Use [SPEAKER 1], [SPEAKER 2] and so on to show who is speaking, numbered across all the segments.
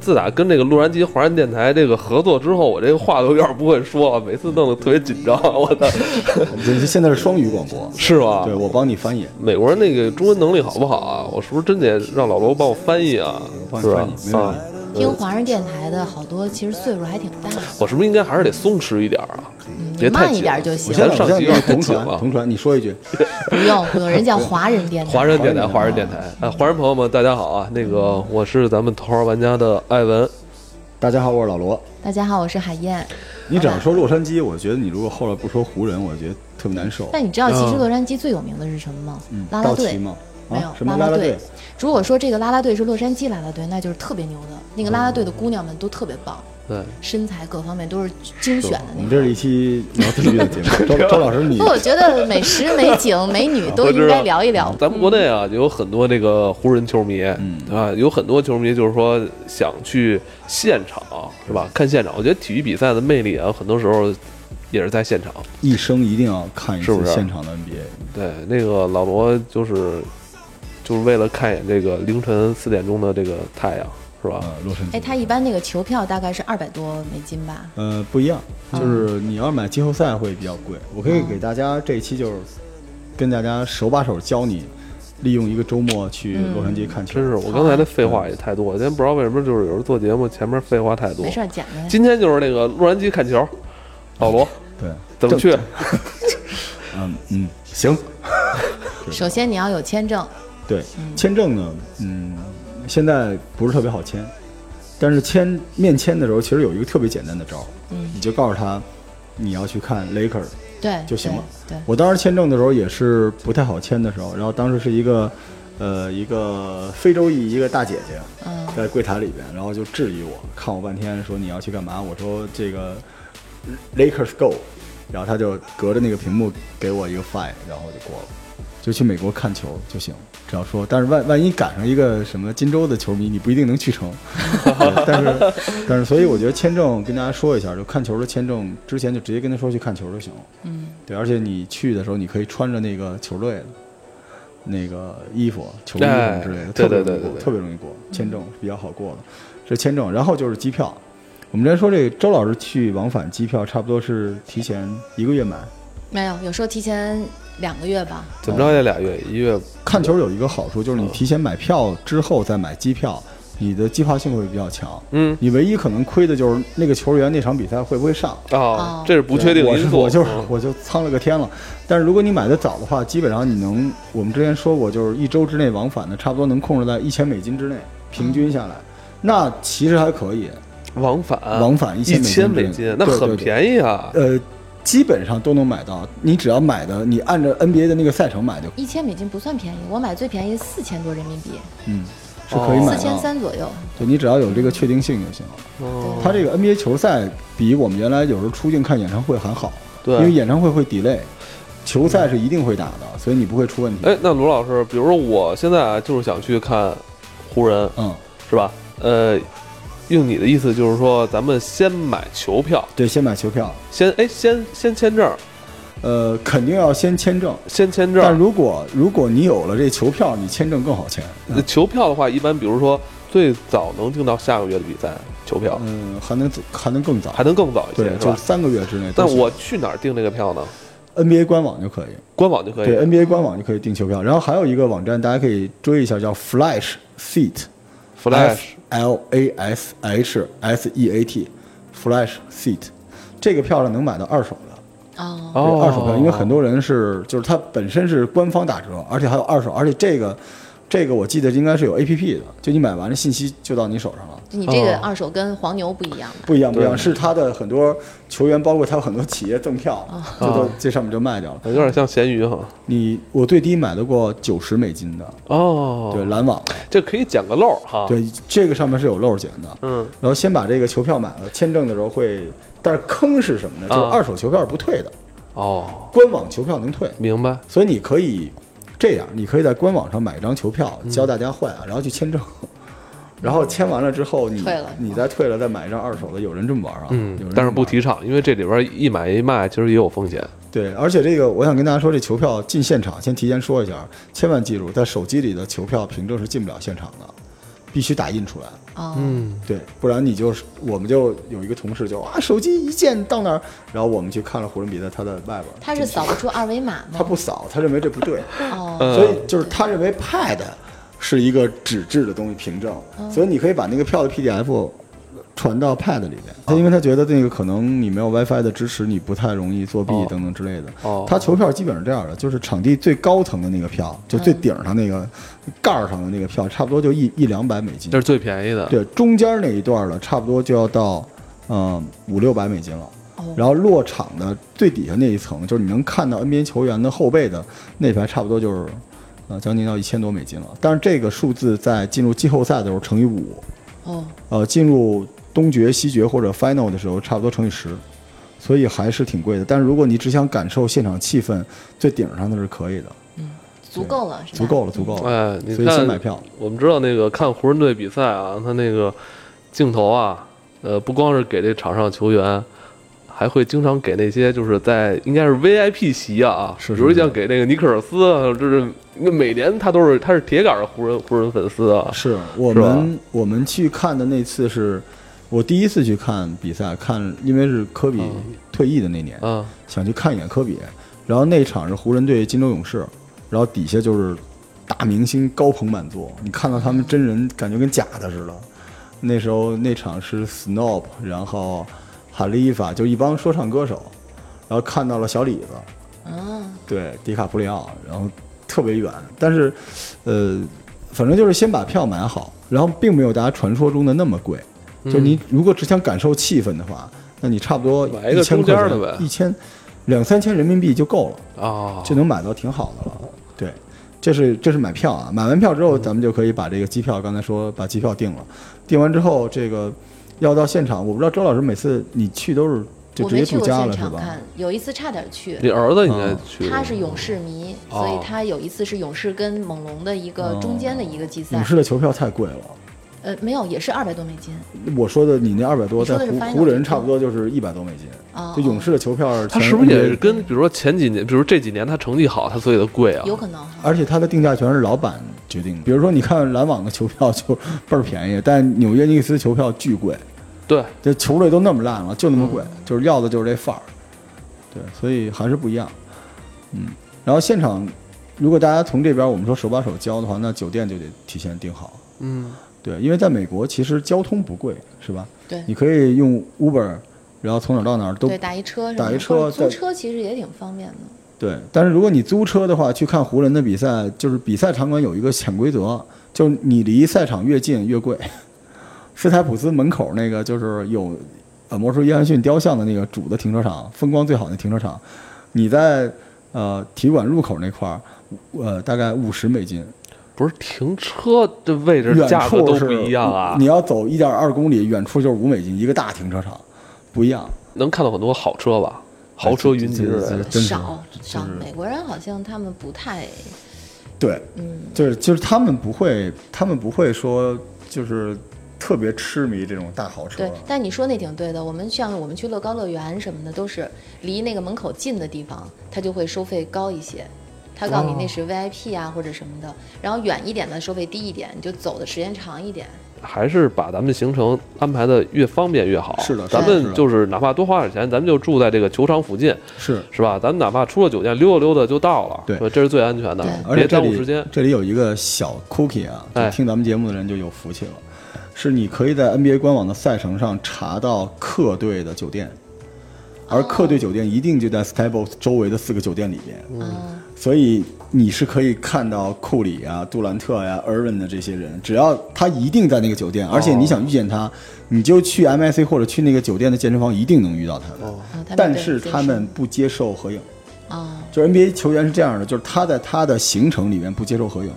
[SPEAKER 1] 自打跟这个洛杉矶华人电台这个合作之后，我这个话都有点不会说了，每次弄得特别紧张。我操，
[SPEAKER 2] 这这现在是双语广播，
[SPEAKER 1] 是吧
[SPEAKER 2] 对，？我帮你翻译，
[SPEAKER 1] 美国人那个中文能力好不好啊？我是不是真得让老罗帮我翻译啊？
[SPEAKER 2] 帮
[SPEAKER 1] 是
[SPEAKER 2] 你
[SPEAKER 1] 吧
[SPEAKER 2] 翻译，？没问
[SPEAKER 1] 啊
[SPEAKER 2] 题。，
[SPEAKER 3] 听华人电台的好多，其实岁数还挺大的，
[SPEAKER 1] 我是不是应该还是得松弛一点啊？别太
[SPEAKER 3] 慢
[SPEAKER 1] 紧
[SPEAKER 3] 一点就
[SPEAKER 2] 我
[SPEAKER 3] 行
[SPEAKER 2] 现，在
[SPEAKER 1] 上
[SPEAKER 2] 我
[SPEAKER 1] 期
[SPEAKER 2] 现在
[SPEAKER 1] 有点
[SPEAKER 2] 同
[SPEAKER 1] 紧啊
[SPEAKER 2] 传
[SPEAKER 1] 了
[SPEAKER 2] 同传，你说一句，
[SPEAKER 3] 不用不用，人叫华人电台。
[SPEAKER 1] 华人电台，华人电台，啊，华人朋友们，大家好啊！那个，我是咱们《头号玩家》的艾文，
[SPEAKER 2] 大家好，我是老罗。
[SPEAKER 3] 大家好，我是海燕。
[SPEAKER 2] 你只要说洛杉矶，我觉得你如果后来不说湖人，我觉得特别难受。
[SPEAKER 3] 但你知道其实
[SPEAKER 1] 嗯
[SPEAKER 3] 洛杉矶最有名的是什么吗？
[SPEAKER 2] 嗯，
[SPEAKER 3] 拉拉
[SPEAKER 2] 道奇
[SPEAKER 3] 队。
[SPEAKER 2] 吗？
[SPEAKER 3] 没有
[SPEAKER 2] 啊，什么
[SPEAKER 3] 拉
[SPEAKER 2] 拉
[SPEAKER 3] 拉
[SPEAKER 2] 队
[SPEAKER 3] 队？如果说这个拉拉队是洛杉矶拉拉队，那就是特别牛的。那个拉拉队的姑娘们都特别棒，
[SPEAKER 1] 对，
[SPEAKER 3] 身材各方面都是精选的
[SPEAKER 2] 我
[SPEAKER 3] 那
[SPEAKER 2] 们
[SPEAKER 3] 种。
[SPEAKER 2] 这是一期聊体育的节 目。周周老师，你
[SPEAKER 3] 不，我觉得美食、美景、美女都应该聊一聊。
[SPEAKER 1] 咱们国内
[SPEAKER 3] 嗯
[SPEAKER 1] 啊，有很多这个湖人球迷，
[SPEAKER 2] 嗯
[SPEAKER 1] 啊，有很多球迷就是说想去现场，是吧？看现场，我觉得体育比赛的魅力啊，很多时候也是在现场。
[SPEAKER 2] 一生一定要看一
[SPEAKER 1] 是不
[SPEAKER 2] 次
[SPEAKER 1] 是
[SPEAKER 2] 现场的 NBA。
[SPEAKER 1] 对，那个老罗就是就是为了看一眼这个凌晨四点钟的这个太阳，是吧？
[SPEAKER 2] 呃，洛杉矶。
[SPEAKER 3] 哎，他一般那个球票大概是二百多美金吧？
[SPEAKER 2] 呃，不一样，
[SPEAKER 3] 啊
[SPEAKER 2] 就是你要买季后赛会比较贵。我可以给大家这一期就是跟大家手把手教你，利用一个周末去
[SPEAKER 3] 嗯
[SPEAKER 2] 洛杉矶看球。
[SPEAKER 1] 真是，我刚才的废话也太多，今天不知道为什么，就是有时候做节目前面废话太多
[SPEAKER 3] 没。事儿，讲的。
[SPEAKER 1] 今天就是那个洛杉矶看球，老罗
[SPEAKER 2] 对，
[SPEAKER 1] 怎么去？
[SPEAKER 2] 嗯嗯，行，
[SPEAKER 3] 首先你要有签证，
[SPEAKER 2] 对，签证呢，嗯，现在不是特别好签，但是签面签的时候，其实有一个特别简单的招儿，
[SPEAKER 3] 嗯
[SPEAKER 2] 你，就告诉他你要去看 Laker，
[SPEAKER 3] 对，
[SPEAKER 2] 就行了
[SPEAKER 3] 对。对，
[SPEAKER 2] 我当时签证的时候也是不太好签的时候，然后当时是一个，呃，一个非洲裔一个大姐姐
[SPEAKER 3] 嗯，
[SPEAKER 2] 在柜台里边，然后就质疑我，看我半天说你要去干嘛？我说这个 Lakers go，然后他就隔着那个屏幕给我一个 fine，然后我就过了，就去美国看球就行，只要说，但是万万一赶上一个什么金州的球迷，你不一定能去成。 对但是但是，所以我觉得签证跟大家说一下，就看球的签证之前就直接跟他说去看球就行了。
[SPEAKER 3] 嗯，
[SPEAKER 2] 对，而且你去的时候你可以穿着那个球队的。那个衣服、球衣什
[SPEAKER 1] 哎
[SPEAKER 2] 么之类的，
[SPEAKER 1] 对
[SPEAKER 2] 特别容易
[SPEAKER 1] 对对
[SPEAKER 2] 过
[SPEAKER 1] 对
[SPEAKER 2] 嗯
[SPEAKER 1] 对
[SPEAKER 2] 特别容易过，签证是比较好过的。这签证，然后就是机票。我们之前说这个周老师去往返机票差不多是提前一个月买。
[SPEAKER 3] 没有，有时候提前两个月吧。
[SPEAKER 1] 怎么着也俩月，一月
[SPEAKER 2] 看球有一个好处就是你提前买票之后再买机票，你的计划性会比较强。
[SPEAKER 1] 嗯
[SPEAKER 2] 你唯一可能亏的就是那个球员那场比赛会不会上。
[SPEAKER 3] 哦
[SPEAKER 1] 啊，这是不确定
[SPEAKER 2] 我
[SPEAKER 1] 因
[SPEAKER 2] 是
[SPEAKER 1] 素。
[SPEAKER 2] 我就是
[SPEAKER 1] 嗯
[SPEAKER 2] 我就苍了个天了。但是如果你买的早的话，基本上你能，我们之前说过，就是一周之内往返的，差不多能控制在一千美金之内，平均下来，那其实还可以。
[SPEAKER 1] 往返
[SPEAKER 2] 往返
[SPEAKER 1] 啊一
[SPEAKER 2] 1000美金
[SPEAKER 1] 美
[SPEAKER 2] 对
[SPEAKER 1] 金，那很便宜啊！
[SPEAKER 2] 呃，基本上都能买到。你只要买的，你按照 NBA 的那个赛程买就，
[SPEAKER 3] 一千美金不算便宜，我买最便宜四千多人民币，
[SPEAKER 2] 嗯，是可以买
[SPEAKER 3] 四千
[SPEAKER 2] 到。
[SPEAKER 3] 三左右。
[SPEAKER 2] 对你只要有这个确定性就行了。
[SPEAKER 1] 哦
[SPEAKER 2] 它这个 NBA 球赛比我们原来有时候出境看演唱会还好，
[SPEAKER 1] 对
[SPEAKER 2] 因为演唱会会 delay，球赛是一定会打的，所以你不会出问题。
[SPEAKER 1] 哎，那卢老师，比如说我现在啊就是想去看湖人，
[SPEAKER 2] 嗯，
[SPEAKER 1] 是吧？呃，用你的意思就是说，咱们先买球票，
[SPEAKER 2] 对，先买球票，
[SPEAKER 1] 先哎先先签证，
[SPEAKER 2] 呃，肯定要先签证。
[SPEAKER 1] 先签
[SPEAKER 2] 但
[SPEAKER 1] 证。
[SPEAKER 2] 如果如果你有了这球票，你签证更好签。
[SPEAKER 1] 呃球票的话，一般比如说最早能订到下个月的比赛球票，
[SPEAKER 2] 嗯，还能还能更早
[SPEAKER 1] 还，能更早一些，
[SPEAKER 2] 对，
[SPEAKER 1] 是
[SPEAKER 2] 就
[SPEAKER 1] 吧？
[SPEAKER 2] 三个月之内都
[SPEAKER 1] 但
[SPEAKER 2] 行。
[SPEAKER 1] 我去哪儿订这个票呢？
[SPEAKER 2] NBA 官网就可以。
[SPEAKER 1] 官网就可以。
[SPEAKER 2] 对 NBA 官网就可以订球票，然后还有一个网站大家可以追一下，叫 Flash Seat
[SPEAKER 1] Flash
[SPEAKER 2] L A S H S E A T Flash Seat，这个票上能买到二手的，
[SPEAKER 3] 哦，
[SPEAKER 2] 对
[SPEAKER 1] 哦，
[SPEAKER 2] 二手票，因为很多人是就是它本身是官方打折，而且还有二手，而且这个这个我记得应该是有 A P P 的，就你买完这信息就到你手上了。
[SPEAKER 3] 就你这个
[SPEAKER 1] 哦
[SPEAKER 3] 二手跟黄牛不一样吧？
[SPEAKER 2] 不一样，不一样，
[SPEAKER 1] 对
[SPEAKER 2] 是它的很多球员，包括它有很多企业赠票，
[SPEAKER 1] 哦
[SPEAKER 2] 就都这上面就卖掉了。
[SPEAKER 1] 有点像咸鱼哈。
[SPEAKER 2] 你我最低买到过九十美金的，
[SPEAKER 1] 哦，
[SPEAKER 2] 对，篮网的，
[SPEAKER 1] 这可以捡个漏儿哈。，
[SPEAKER 2] 对，这个上面是有漏儿捡的。
[SPEAKER 1] 嗯，
[SPEAKER 2] 然后先把这个球票买了，签证的时候会，但是坑是什么呢？就是
[SPEAKER 1] 啊
[SPEAKER 2] 二手球票是不退的，
[SPEAKER 1] 哦，
[SPEAKER 2] 官网球票能退，
[SPEAKER 1] 明白。
[SPEAKER 2] 所以你可以这样，你可以在官网上买一张球票，
[SPEAKER 3] 嗯
[SPEAKER 2] 教大家换啊，然后去签证，然后签完了之后你
[SPEAKER 3] 退了
[SPEAKER 2] 你再退了再买一张二手的，有人这么玩啊，有人这
[SPEAKER 1] 嗯
[SPEAKER 2] 么玩，
[SPEAKER 1] 但是不提倡，因为这里边一买一卖其实也有风险。
[SPEAKER 2] 对，而且这个我想跟大家说，这球票进现场，先提前说一下，千万记住，在手机里的球票凭证是进不了现场的，必须打印出来。
[SPEAKER 3] 啊，
[SPEAKER 1] 嗯，
[SPEAKER 2] 对，不然你就是，我们就有一个同事就啊，手机一键到哪儿，然后我们去看了湖人比赛，他在外边儿，
[SPEAKER 3] 他是扫不出二维码
[SPEAKER 2] 他
[SPEAKER 3] 吗？
[SPEAKER 2] 不呃扫，他认为这不对，
[SPEAKER 3] 哦，
[SPEAKER 1] 嗯
[SPEAKER 2] 所以就是他认为 Pad 是一个纸质的东西凭证，
[SPEAKER 1] 嗯
[SPEAKER 2] 所以你可以把那个票的 PDF 传到 Pad 里面。
[SPEAKER 1] 哦
[SPEAKER 2] 他因为他觉得那个可能你没有 WiFi 的支持，你不太容易作弊
[SPEAKER 1] 哦
[SPEAKER 2] 等等之类的。
[SPEAKER 1] 哦
[SPEAKER 2] 他球票基本上这样的，就是场地最高层的那个票，就最顶上那个
[SPEAKER 1] 嗯
[SPEAKER 2] 盖儿上的那个票，差不多就一一两百美金
[SPEAKER 1] 这。是最便宜的，
[SPEAKER 2] 对，中间那一段了，差不多就要到嗯五六百美金了。
[SPEAKER 3] 哦
[SPEAKER 2] 然后落场的最底下那一层，就是你能看到 NBA 球员的后背的那排，差不多就是呃将近到一千多美金了。但是这个数字在进入季后赛的时候乘以五，
[SPEAKER 3] 哦，
[SPEAKER 2] 呃，进入东决、西决或者 final 的时候，差不多乘以十。所以还是挺贵的，但是如果你只想感受现场气氛，最顶上的是可以的，
[SPEAKER 3] 足够了，是吧？
[SPEAKER 2] 足够了，足够了。
[SPEAKER 1] 哎，你
[SPEAKER 2] 所以先买
[SPEAKER 1] 看，
[SPEAKER 2] 票，
[SPEAKER 1] 我们知道那个看湖人队比赛啊，他那个镜头啊，呃，不光是给这场上球员，还会经常给那些就是在应该是 VIP 席啊，
[SPEAKER 2] 是是
[SPEAKER 1] 比如像给那个尼克尔斯啊，就是因为每年他都是他是铁杆的湖人湖人粉丝啊，
[SPEAKER 2] 是我
[SPEAKER 1] 是吧
[SPEAKER 2] 们我们去看的那次是我第一次去看比赛，看因为是科比
[SPEAKER 1] 嗯
[SPEAKER 2] 退役的那年，
[SPEAKER 1] 啊，
[SPEAKER 2] 想去看一眼科比，然后那场是湖人对金州勇士，然后底下就是大明星高朋满座，你看到他们真人感觉跟假的似的。那时候那场是 Snoop，然后哈利法，就一帮说唱歌手，然后看到了小李子，
[SPEAKER 3] 啊，
[SPEAKER 2] 对，迪卡普里奥，然后特别远，但是，呃，反正就是先把票买好，然后并没有大家传说中的那么贵。就你如果只想感受气氛的话，那你差不多
[SPEAKER 1] 嗯买一
[SPEAKER 2] 一
[SPEAKER 1] 个
[SPEAKER 2] 千
[SPEAKER 1] 中
[SPEAKER 2] 块
[SPEAKER 1] 间
[SPEAKER 2] 钱
[SPEAKER 1] 的呗
[SPEAKER 2] 一千两三千人民币就够了，
[SPEAKER 1] 啊，
[SPEAKER 2] 就能买到挺好的了。
[SPEAKER 1] 哦
[SPEAKER 2] 对，这是这是买票啊，买完票之后，咱们就可以把这个机票，刚才说把机票定了，定完之后，这个要到现场，我不知道周老师每次你去都是就
[SPEAKER 3] 我
[SPEAKER 2] 直接
[SPEAKER 3] 没去
[SPEAKER 2] 住
[SPEAKER 3] 过
[SPEAKER 2] 家
[SPEAKER 3] 现
[SPEAKER 2] 了是
[SPEAKER 3] 场
[SPEAKER 2] 吧？
[SPEAKER 3] 看，有一次差点去。
[SPEAKER 1] 你儿子应该
[SPEAKER 2] 嗯
[SPEAKER 1] 去，
[SPEAKER 3] 他是勇士迷，所
[SPEAKER 1] 哦
[SPEAKER 3] 以他有一次是勇士跟猛龙的一个中间的一个季赛
[SPEAKER 2] 哦勇，士的球票太贵了。
[SPEAKER 3] 呃，没有，也是二百多美金。
[SPEAKER 2] 我说的你那二百多，
[SPEAKER 3] 你
[SPEAKER 2] 在
[SPEAKER 3] 说
[SPEAKER 2] 湖
[SPEAKER 3] 的是 final
[SPEAKER 2] 湖人差不多就是一百多美金，
[SPEAKER 3] 哦
[SPEAKER 2] 就勇士的球票
[SPEAKER 1] 他
[SPEAKER 2] 全
[SPEAKER 1] 是不是也是
[SPEAKER 2] NBA
[SPEAKER 1] 跟比如说前几年，比如这几年他成绩好，他所以他贵啊，
[SPEAKER 3] 有可能哈。
[SPEAKER 2] 而且它的定价权是老板决定的。比如说，你看篮网的球票就倍儿便宜，但纽约尼克斯球票巨贵，
[SPEAKER 1] 对，
[SPEAKER 2] 这球队都那么烂了，就那么贵，就是要的就是这范儿。对，所以还是不一样。嗯，然后现场，如果大家从这边我们说手把手教的话，那酒店就得提前订好。
[SPEAKER 1] 嗯，
[SPEAKER 2] 对，因为在美国其实交通不贵，是吧？
[SPEAKER 3] 对
[SPEAKER 2] 你可以用 Uber，然后从哪儿到哪儿都
[SPEAKER 3] 对，打一车什么
[SPEAKER 2] 打
[SPEAKER 3] 的，
[SPEAKER 2] 一车
[SPEAKER 3] 或者
[SPEAKER 2] 再
[SPEAKER 3] 租车其实也挺方便的。
[SPEAKER 2] 对，但是如果你租车的话，去看湖人的比赛，就是比赛场馆有一个潜规则，就是你离赛场越近越贵。 斯台普斯门口那个就是有呃魔术约翰逊雕像的那个主的停车场，风光最好的停车场，你在呃体育馆入口那块儿，呃大概五十美金，
[SPEAKER 1] 不是停车的位置
[SPEAKER 2] 远
[SPEAKER 1] 价格
[SPEAKER 2] 处
[SPEAKER 1] 都
[SPEAKER 2] 是
[SPEAKER 1] 不一样啊
[SPEAKER 2] 你，要走一点二公里，远处就是五美金一个大停车场，不一样。
[SPEAKER 1] 能看到很多好车吧，
[SPEAKER 2] 哎
[SPEAKER 1] 豪车云集之类
[SPEAKER 2] 这
[SPEAKER 1] 的
[SPEAKER 2] 个，真是
[SPEAKER 3] 少少，
[SPEAKER 2] 就是
[SPEAKER 3] 美国人好像他们不太，
[SPEAKER 2] 对，
[SPEAKER 3] 嗯，
[SPEAKER 2] 就是就是他们不会，他们不会说就是特别痴迷这种大豪车
[SPEAKER 3] 对。。但你说那挺对的，我们像我们去乐高乐园什么的，都是离那个门口近的地方，他就会收费高一些。他告诉
[SPEAKER 2] 哦
[SPEAKER 3] 你那是 VIP 啊或者什么的，然后远一点的收费低一点，你就走的时间长一点。
[SPEAKER 2] 哎
[SPEAKER 1] 还是把咱们的行程安排的越方便越好。
[SPEAKER 2] 是的
[SPEAKER 1] 咱
[SPEAKER 2] 是
[SPEAKER 1] 们
[SPEAKER 2] 的
[SPEAKER 1] 就是哪怕多花点钱，咱们就住在这个球场附近，
[SPEAKER 2] 是，
[SPEAKER 1] 是吧？咱们哪怕出了酒店溜达溜达就到了，
[SPEAKER 2] 对
[SPEAKER 1] 是吧这是最安全的
[SPEAKER 3] 对，
[SPEAKER 2] 而且
[SPEAKER 1] 别
[SPEAKER 2] 这
[SPEAKER 1] 耽误
[SPEAKER 2] 里
[SPEAKER 1] 时间。
[SPEAKER 2] 这里有一个小 cookie 啊，就
[SPEAKER 1] 哎
[SPEAKER 2] 听咱们节目的人就有福气了，是你可以在 NBA 官网的赛程上查到客队的酒店，而客队酒店一定就在 Stables 周围的四个酒店里边。
[SPEAKER 3] 嗯，
[SPEAKER 2] 所以你是可以看到库里啊、杜兰特呀、尔文的这些人，只要他一定在那个酒店，而
[SPEAKER 1] 哦
[SPEAKER 2] 且你想遇见他，你就去 MIC 或者去那个酒店的健身房，一定能遇到他们。
[SPEAKER 3] 啊他们
[SPEAKER 2] 但
[SPEAKER 3] 对
[SPEAKER 2] 是
[SPEAKER 3] 健
[SPEAKER 2] 他们
[SPEAKER 3] 身
[SPEAKER 2] 不接受合影，
[SPEAKER 3] 啊，
[SPEAKER 2] 就是 NBA 球员是这样的，就是他在他的行程里面不接受合影。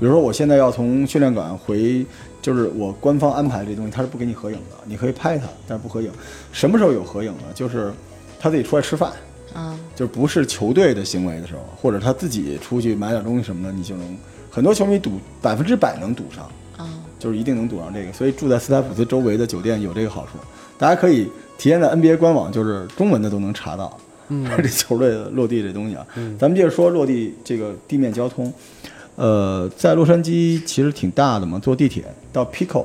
[SPEAKER 2] 比如说，我现在要从训练馆回，就是我官方安排这东西，他是不给你合影的。你可以拍他，但是不合影。什么时候有合影呢？就是他自己出来吃饭，
[SPEAKER 3] 啊，
[SPEAKER 2] 就是不是球队的行为的时候，或者他自己出去买点东西什么的，你就能很多球迷赌百分之百能赌上，
[SPEAKER 3] 啊，
[SPEAKER 2] 就是一定能赌上这个。所以住在斯台普斯周围的酒店有这个好处，大家可以体验在 NBA 官网，就是中文的都能查到。 嗯，这球队的落地这东西啊，咱们接着说落地这个地面交通。呃，在洛杉矶其实挺大的嘛，坐地铁到 Pico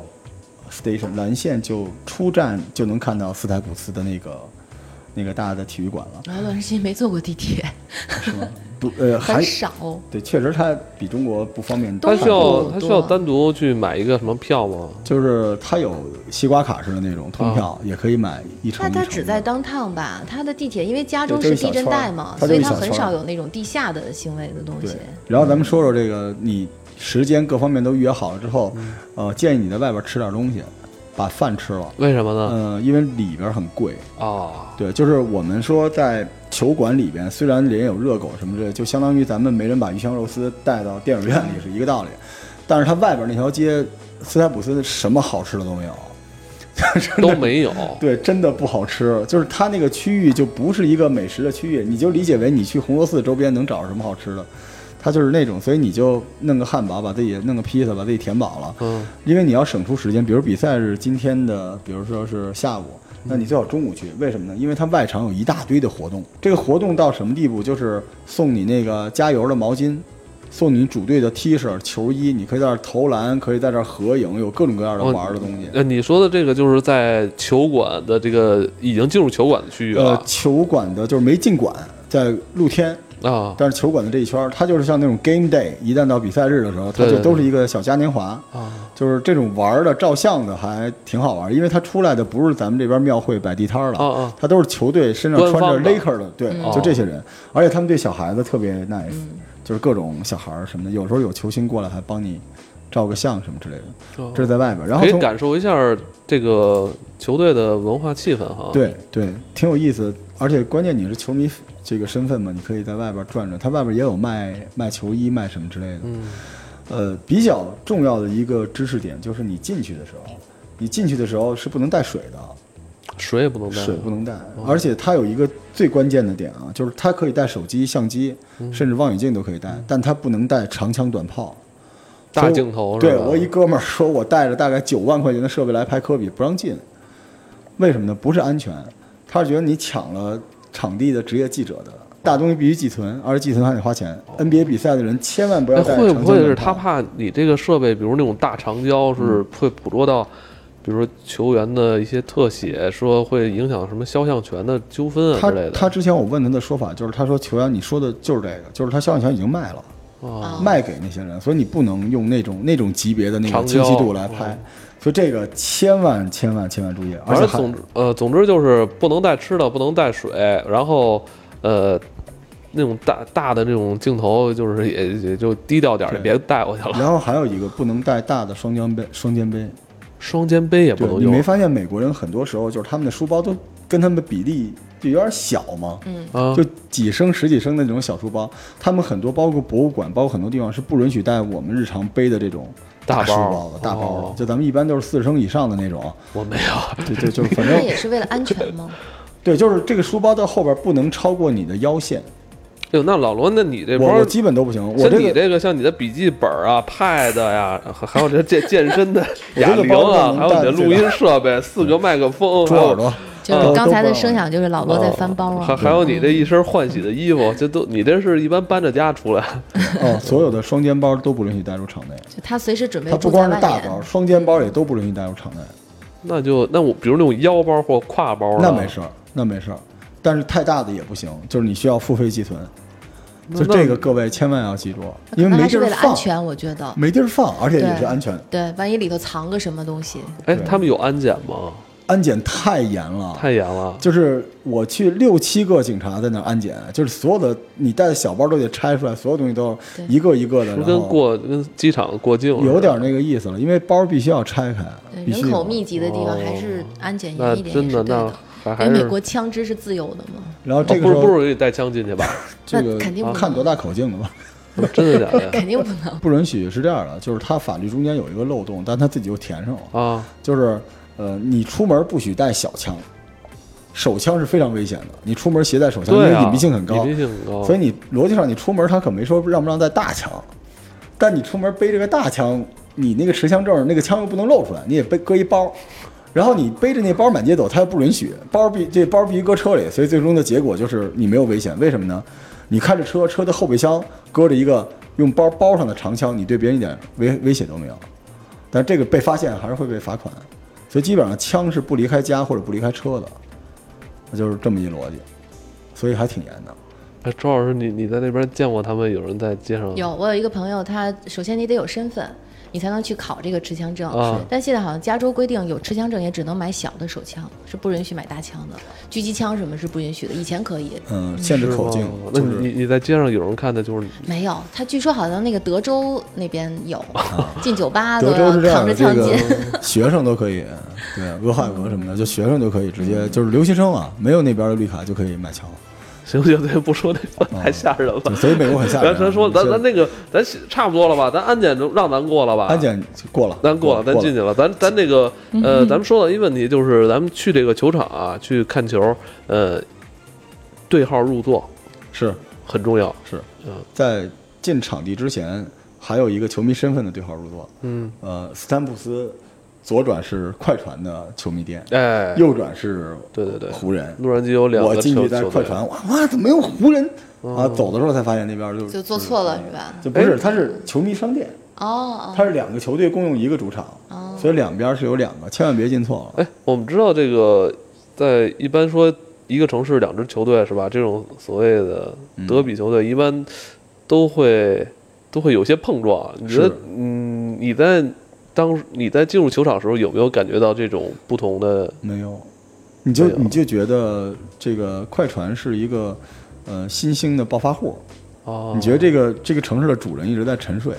[SPEAKER 2] Station 蓝线就出站就能看到斯台普斯的那个那个大的体育馆了，
[SPEAKER 3] 然后洛杉矶没坐过地铁，
[SPEAKER 2] 是吗？不，呃，还
[SPEAKER 3] 很少。
[SPEAKER 2] 对，确实它比中国不方便
[SPEAKER 1] 他
[SPEAKER 2] 太
[SPEAKER 3] 东
[SPEAKER 1] 需
[SPEAKER 2] 多，
[SPEAKER 1] 要
[SPEAKER 3] 北部
[SPEAKER 1] 他需
[SPEAKER 3] 多啊
[SPEAKER 1] 要单独去买一个什么票吗？
[SPEAKER 2] 就是它有西瓜卡似的那种通
[SPEAKER 1] 哦
[SPEAKER 2] 票，也可以买一程
[SPEAKER 3] 那
[SPEAKER 2] 一程的。
[SPEAKER 3] 它只在当趟吧？它的地铁，因为加州
[SPEAKER 2] 对
[SPEAKER 3] 是
[SPEAKER 2] 就是一
[SPEAKER 3] 地震
[SPEAKER 2] 小圈儿
[SPEAKER 3] 带嘛，
[SPEAKER 2] 它
[SPEAKER 3] 所
[SPEAKER 2] 就
[SPEAKER 3] 以
[SPEAKER 2] 一
[SPEAKER 3] 它
[SPEAKER 2] 小
[SPEAKER 3] 很
[SPEAKER 2] 圈儿
[SPEAKER 3] 少有那种地下的行为的东
[SPEAKER 2] 对
[SPEAKER 3] 西。，
[SPEAKER 2] 然后咱们说说这个，你时间各方面都预约好了之后，呃，建议你在外边吃点东西，把饭吃了。
[SPEAKER 1] 为什么呢？
[SPEAKER 2] 嗯、因为里边很贵。
[SPEAKER 1] 啊，
[SPEAKER 2] 对，就是我们说在球馆里边，虽然里面有热狗什么之类，就相当于咱们没人把鱼香肉丝带到电影院里是一个道理。但是它外边那条街，斯台普斯什么好吃的都没有。
[SPEAKER 1] 都没有。
[SPEAKER 2] 对，真的不好吃。就是它那个区域就不是一个美食的区域，你就理解为你去红螺寺周边能找着什么好吃的，它就是那种，所以你就弄个汉堡，把自己弄个披萨，把自己填饱了。
[SPEAKER 1] 嗯，
[SPEAKER 2] 因为你要省出时间，比如比赛是今天的，比如说是下午，那你最好中午去，为什么呢？因为它外场有一大堆的活动，这个活动到什么地步，就是送你那个加油的毛巾。送你主队的 T 恤、球衣，你可以在这儿投篮，可以在这儿合影，有各种各样的
[SPEAKER 1] 哦
[SPEAKER 2] 玩儿的东西。
[SPEAKER 1] 呃，你说的这个就是在球馆的这个已经进入球馆的区域啊
[SPEAKER 2] 呃
[SPEAKER 1] 了，
[SPEAKER 2] 球馆的就是没进馆，在露天，
[SPEAKER 1] 啊
[SPEAKER 2] 但是球馆的这一圈儿，它就是像那种 game day，一旦到比赛日的时候，它
[SPEAKER 1] 对
[SPEAKER 2] 就
[SPEAKER 1] 对
[SPEAKER 2] 都是一个小嘉年华，
[SPEAKER 1] 啊，
[SPEAKER 2] 就是这种玩儿的、照相的还挺好玩儿，因为它出来的不是咱们这边庙会摆地摊儿了，
[SPEAKER 1] 哦哦
[SPEAKER 2] 它都是球队身上
[SPEAKER 1] 官
[SPEAKER 2] 穿
[SPEAKER 1] 方
[SPEAKER 2] 着
[SPEAKER 1] 的
[SPEAKER 2] Laker 的，对，
[SPEAKER 1] 嗯
[SPEAKER 2] 就这些人，而且他们对小孩子特别 nice，、就是各种小孩儿什么的，有时候有球星过来还帮你照个相什么之类的，
[SPEAKER 1] 哦
[SPEAKER 2] 这是在外边儿，然后
[SPEAKER 1] 可以
[SPEAKER 2] 从
[SPEAKER 1] 感受一下这个球队的文化气氛哈。，
[SPEAKER 2] 对对，挺有意思，而且关键你是球迷这个身份嘛，你可以在外边转转，它外边也有卖卖球衣、卖什么之类的。
[SPEAKER 1] 嗯，
[SPEAKER 2] 呃，比较重要的一个知识点就是你进去的时候，你进去的时候是不能带水的，
[SPEAKER 1] 水也不能带，哦
[SPEAKER 2] 水不能带，而且它有一个最关键的点啊，就是它可以带手机、相机，
[SPEAKER 1] 嗯
[SPEAKER 2] 甚至望远镜都可以带，但它不能带长枪短炮。
[SPEAKER 1] 大镜头是吧？
[SPEAKER 2] 对我一哥们儿说，我带着大概九万块钱的设备来拍科比，不让进。为什么呢？不是安全，他是觉得你抢了场地的职业记者的大东西必须寄存，而且寄存还得花钱。NBA 比赛的人千万不要
[SPEAKER 1] 哎，
[SPEAKER 2] 带
[SPEAKER 1] 会
[SPEAKER 2] 长
[SPEAKER 1] 不
[SPEAKER 2] 枪
[SPEAKER 1] 会
[SPEAKER 2] 短
[SPEAKER 1] 是他
[SPEAKER 2] 炮
[SPEAKER 1] 怕你这个设备，比如那种大长
[SPEAKER 2] 嗯
[SPEAKER 1] 焦，是会捕捉到，比如说球员的一些特写，说会影响什么肖像权的纠纷啊
[SPEAKER 2] 他
[SPEAKER 1] 之类的？
[SPEAKER 2] 他之前我问他的说法就是，他说球员你说的就是这个，就是他肖像权已经卖了，
[SPEAKER 3] 哦
[SPEAKER 1] 啊，
[SPEAKER 2] 卖给那些人，所以你不能用那种那种级别的那
[SPEAKER 1] 长
[SPEAKER 2] 个清晰
[SPEAKER 1] 焦
[SPEAKER 2] 度来拍，所以这个千万千万千万注意，
[SPEAKER 1] 反
[SPEAKER 2] 而且
[SPEAKER 1] 正
[SPEAKER 2] 还
[SPEAKER 1] 总之呃，总之就是不能带吃的，不能带水，然后呃，那种大大的那种镜头，就是也也就低调点儿，
[SPEAKER 2] 对
[SPEAKER 1] 别带过去了。
[SPEAKER 2] 然后还有一个不能带大的双肩背双肩背，
[SPEAKER 1] 双肩背也不
[SPEAKER 2] 对，
[SPEAKER 1] 能
[SPEAKER 2] 你没
[SPEAKER 1] 用
[SPEAKER 2] 发现美国人很多时候就是他们的书包都跟他们的比例就有点小吗？嗯，
[SPEAKER 1] 啊
[SPEAKER 2] 就几升十几升的那种小书包，他们很多包括博物馆，包括很多地方是不允许带我们日常背的这种
[SPEAKER 1] 大
[SPEAKER 2] 书
[SPEAKER 1] 包
[SPEAKER 2] 包的大包
[SPEAKER 1] 哦
[SPEAKER 2] 的，就咱们一般都是四升以上的那种，啊
[SPEAKER 1] 我没有，
[SPEAKER 2] 就就就反
[SPEAKER 3] 那
[SPEAKER 2] 正
[SPEAKER 3] 也是为了安全吗？
[SPEAKER 2] 对， 就是这个书包的后边不能超过你的腰线，
[SPEAKER 1] 哎呦，那老罗，那你这包
[SPEAKER 2] 我我基本都不行，我
[SPEAKER 1] 像
[SPEAKER 2] 这
[SPEAKER 1] 你
[SPEAKER 2] 个。
[SPEAKER 1] 这个，像你的笔记本啊、pad 呀、还还有这健健身的哑
[SPEAKER 2] 我这个
[SPEAKER 1] 铃
[SPEAKER 2] 包
[SPEAKER 1] 啊，
[SPEAKER 2] 能
[SPEAKER 1] 还有你的
[SPEAKER 2] 带起
[SPEAKER 1] 录
[SPEAKER 2] 来
[SPEAKER 1] 音设备、四个麦克风，
[SPEAKER 2] 猪
[SPEAKER 1] 还有
[SPEAKER 2] 耳朵，呃
[SPEAKER 3] 就
[SPEAKER 2] 嗯都
[SPEAKER 3] 是刚
[SPEAKER 2] 哦都
[SPEAKER 3] 才
[SPEAKER 2] 不哦
[SPEAKER 3] 的
[SPEAKER 2] 让
[SPEAKER 3] 声
[SPEAKER 2] 我
[SPEAKER 3] 响，就是老罗在翻包
[SPEAKER 1] 还
[SPEAKER 3] 啊。
[SPEAKER 1] 还有你这一身换洗的衣服，这都你这是一般搬着家出来，
[SPEAKER 2] 哦，所有的双肩包都不允许带入场内，
[SPEAKER 3] 就他随时准备
[SPEAKER 2] 它不
[SPEAKER 3] 住在
[SPEAKER 2] 光是
[SPEAKER 3] 外
[SPEAKER 2] 大包，
[SPEAKER 3] 面。
[SPEAKER 2] 双肩包也都不允许带入场内。
[SPEAKER 1] 那就那我比如那种腰包或挎包啊，
[SPEAKER 2] 那没事儿，那没事儿，但是太大的也不行，就是你需要付费寄存。
[SPEAKER 1] 那，
[SPEAKER 2] 就这个，各位千万要记住，因为
[SPEAKER 3] 那
[SPEAKER 2] 没
[SPEAKER 3] 还
[SPEAKER 2] 地
[SPEAKER 3] 是
[SPEAKER 2] 儿
[SPEAKER 3] 为了安
[SPEAKER 2] 放，
[SPEAKER 3] 全，我觉得。
[SPEAKER 2] 没地儿放，而且也是
[SPEAKER 3] 对
[SPEAKER 2] 安全。
[SPEAKER 3] 对，万一里头藏个什么东西，
[SPEAKER 1] 哎，
[SPEAKER 2] 对啊
[SPEAKER 1] 他们有安检吗？
[SPEAKER 2] 安检太严了，
[SPEAKER 1] 太严了，
[SPEAKER 2] 就是我去六七个警察在那儿安检，就是所有的你带的小包都得拆出来，所有东西都
[SPEAKER 3] 对
[SPEAKER 2] 一个一个的，
[SPEAKER 1] 是
[SPEAKER 2] 然
[SPEAKER 1] 跟
[SPEAKER 2] 后
[SPEAKER 1] 过跟机场过境似的
[SPEAKER 2] 有点那个意思了，因为包必须要拆开，
[SPEAKER 3] 对
[SPEAKER 2] 必须
[SPEAKER 3] 人口
[SPEAKER 2] 有
[SPEAKER 3] 密集的地方还是安检严一
[SPEAKER 1] 哦那
[SPEAKER 3] 点
[SPEAKER 1] 真的
[SPEAKER 3] 也是对
[SPEAKER 1] 那
[SPEAKER 3] 的。
[SPEAKER 1] 还还
[SPEAKER 3] 因为
[SPEAKER 1] 是
[SPEAKER 3] 美国枪支是自由的嘛，
[SPEAKER 2] 然后
[SPEAKER 1] 哦
[SPEAKER 2] 这个
[SPEAKER 1] 不
[SPEAKER 2] 时
[SPEAKER 1] 是不
[SPEAKER 2] 候
[SPEAKER 1] 允许带枪进去 吧？
[SPEAKER 2] 这
[SPEAKER 3] 那
[SPEAKER 2] 个啊
[SPEAKER 3] 肯定不
[SPEAKER 2] 看
[SPEAKER 3] 能
[SPEAKER 2] 多大口径的吧。
[SPEAKER 1] 真的假的呀？
[SPEAKER 3] 肯定不 能。
[SPEAKER 2] 不允许是这样的，就是它法律中间有一个漏洞，但它自己又填上了。
[SPEAKER 1] 啊，
[SPEAKER 2] 就是呃，你出门不许带小枪，手枪是非常危险的。你出门携带手枪，因为
[SPEAKER 1] 对
[SPEAKER 2] 隐
[SPEAKER 1] 啊，
[SPEAKER 2] 蔽性很高，
[SPEAKER 1] 隐蔽性很高，
[SPEAKER 2] 所以你逻辑上你出门他可没说让不让带大枪，但你出门背着个大枪，你那个持枪证那个枪又不能露出来，你也背搁一包。然后你背着那包满街走，他又不允许，包必这包必须搁车里，所以最终的结果就是你没有危险，为什么呢？你开着车，车的后备箱搁着一个用包包上的长枪，你对别人一点威威胁都没有。但这个被发现还是会被罚款，所以基本上枪是不离开家或者不离开车的，那就是这么一逻辑，所以还挺严的。
[SPEAKER 1] 哎，周老师，你你在那边见过他们有人在街上？
[SPEAKER 3] 有，我有一个朋友，他首先你得有身份，你才能去考这个持枪证。
[SPEAKER 1] 啊
[SPEAKER 3] 但现在好像加州规定，有持枪证也只能买小的手枪，是不允许买大枪的，狙击枪什么是不允许的。以前可以，
[SPEAKER 2] 嗯，限制口径
[SPEAKER 1] 是吗，
[SPEAKER 2] 就
[SPEAKER 1] 那
[SPEAKER 2] 是
[SPEAKER 1] 你你在街上有人看的，就是
[SPEAKER 3] 没有。他据说好像那个德州那边有，进酒吧都
[SPEAKER 2] 德州
[SPEAKER 3] 要
[SPEAKER 2] 是这样
[SPEAKER 3] 扛
[SPEAKER 2] 的，这
[SPEAKER 3] 着枪进
[SPEAKER 2] 个。 学生都可以，对，俄亥俄什么的，就学生就可以直
[SPEAKER 1] 嗯
[SPEAKER 2] 接就是留学生啊，没有那边的绿卡就可以买枪，
[SPEAKER 1] 行行行，不说那个太吓人了。
[SPEAKER 2] 对所以美国啊很吓
[SPEAKER 1] 咱
[SPEAKER 2] 人啊。
[SPEAKER 1] 咱说，咱
[SPEAKER 2] 就
[SPEAKER 1] 咱那个，咱差不多了吧？咱安检都让咱过了吧？
[SPEAKER 2] 安检过了，
[SPEAKER 1] 咱过了，咱进去了。咱咱这个呃，咱们说到一个问题，就是咱们去这个球场啊，去看球，呃，对号入座
[SPEAKER 2] 是
[SPEAKER 1] 很重要。
[SPEAKER 2] 是
[SPEAKER 1] 嗯，
[SPEAKER 2] 在进场地之前，还有一个球迷身份的对号入座。
[SPEAKER 1] 嗯，
[SPEAKER 2] 呃，斯坦布斯左转是快船的球迷店，
[SPEAKER 1] 哎，
[SPEAKER 2] 右转是
[SPEAKER 1] 对对对
[SPEAKER 2] 湖人。
[SPEAKER 1] 洛杉矶有两
[SPEAKER 2] 我
[SPEAKER 1] 个
[SPEAKER 2] 进
[SPEAKER 1] 球
[SPEAKER 2] 去在
[SPEAKER 1] 球
[SPEAKER 2] 快
[SPEAKER 1] 队，
[SPEAKER 2] 船，哇哇，怎么没有湖人啊？
[SPEAKER 1] 嗯
[SPEAKER 2] 走的时候才发现那边就
[SPEAKER 3] 就做错
[SPEAKER 2] 嗯
[SPEAKER 3] 了是吧
[SPEAKER 2] 就不
[SPEAKER 1] 哎
[SPEAKER 2] 是，它是球迷商店。
[SPEAKER 3] 哦
[SPEAKER 2] 它是两个球队共用一个主场，所以两边是有两个，千万别进错了。
[SPEAKER 1] 哎，我们知道这个，在一般说一个城市两支球队是吧？这种所谓的
[SPEAKER 2] 嗯
[SPEAKER 1] 德比球队，一般都会都会有些碰撞。啊你觉得
[SPEAKER 2] 是，
[SPEAKER 1] 嗯，你在当你在进入球场的时候，有没有感觉到这种不同的？
[SPEAKER 2] 没有，你就
[SPEAKER 1] 没有
[SPEAKER 2] 你就觉得这个快船是一个呃新兴的暴发户，
[SPEAKER 1] 哦，
[SPEAKER 2] 你觉得这个这个城市的主人一直在沉睡，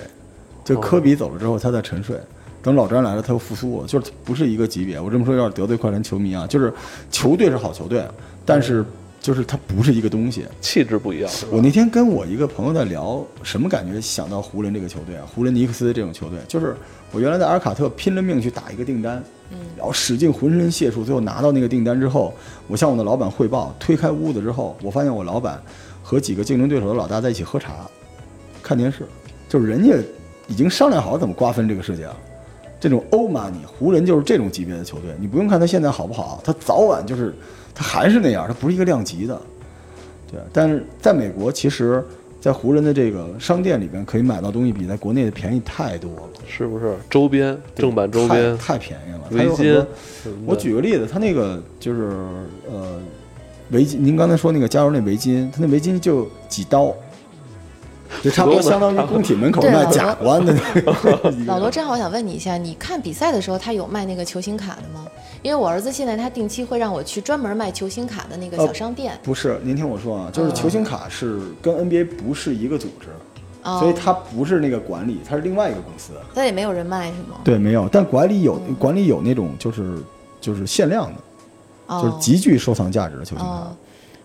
[SPEAKER 2] 就科比走了之后他在沉睡，等老詹来了他又复苏了，就是不是一个级别。我这么说有点得罪快船球迷啊，就是球队是好球队，但是就是它不是一个东西。
[SPEAKER 1] 气质不一样？是吧
[SPEAKER 2] 我那天跟我一个朋友在聊，什么感觉想到湖人这个球队啊，湖人尼克斯这种球队，就是我原来在阿尔卡特拼了命去打一个订单，然后使尽浑身解数，最后拿到那个订单之后，我向我的老板汇报，推开屋子之后，我发现我老板和几个竞争对手的老大在一起喝茶，看电视，就是人家已经商量好怎么瓜分这个世界了。这种欧马尼湖人就是这种级别的球队，你不用看他现在好不好，他早晚就是他还是那样，他不是一个量级的。对，啊但是在美国，其实，在湖人的这个商店里边可以买到东西，比在国内的便宜太多了，
[SPEAKER 1] 是不是周边正版周边嗯
[SPEAKER 2] 太太便宜了。它
[SPEAKER 1] 围
[SPEAKER 2] 有很
[SPEAKER 1] 巾
[SPEAKER 2] 多，？
[SPEAKER 1] 什么的
[SPEAKER 2] 我举个例子，它那个就是呃围巾，您刚才说那个加州那围巾，它那围巾就几刀， 就差不多相当于工体门口
[SPEAKER 3] 对
[SPEAKER 2] 卖
[SPEAKER 3] 老
[SPEAKER 2] 假瓜的那 个一个。
[SPEAKER 3] 老罗，正好我想问你一下，你看比赛的时候，他有卖那个球星卡的吗？因为我儿子现在他定期会让我去专门卖球星卡的那
[SPEAKER 2] 哦
[SPEAKER 3] 个小商店。
[SPEAKER 2] 不是，您听我说
[SPEAKER 3] 嗯
[SPEAKER 2] 啊，就是球星卡是跟 NBA 不是一个组织，
[SPEAKER 3] 哦，
[SPEAKER 2] 所以它不是那个管理，它是另外一个公司。
[SPEAKER 3] 但也没有人卖是吗？
[SPEAKER 2] 对，没有，但管理有管理有那种就是就是限量的，
[SPEAKER 3] 哦，
[SPEAKER 2] 就是极具收藏价值的球星卡
[SPEAKER 3] 哦。，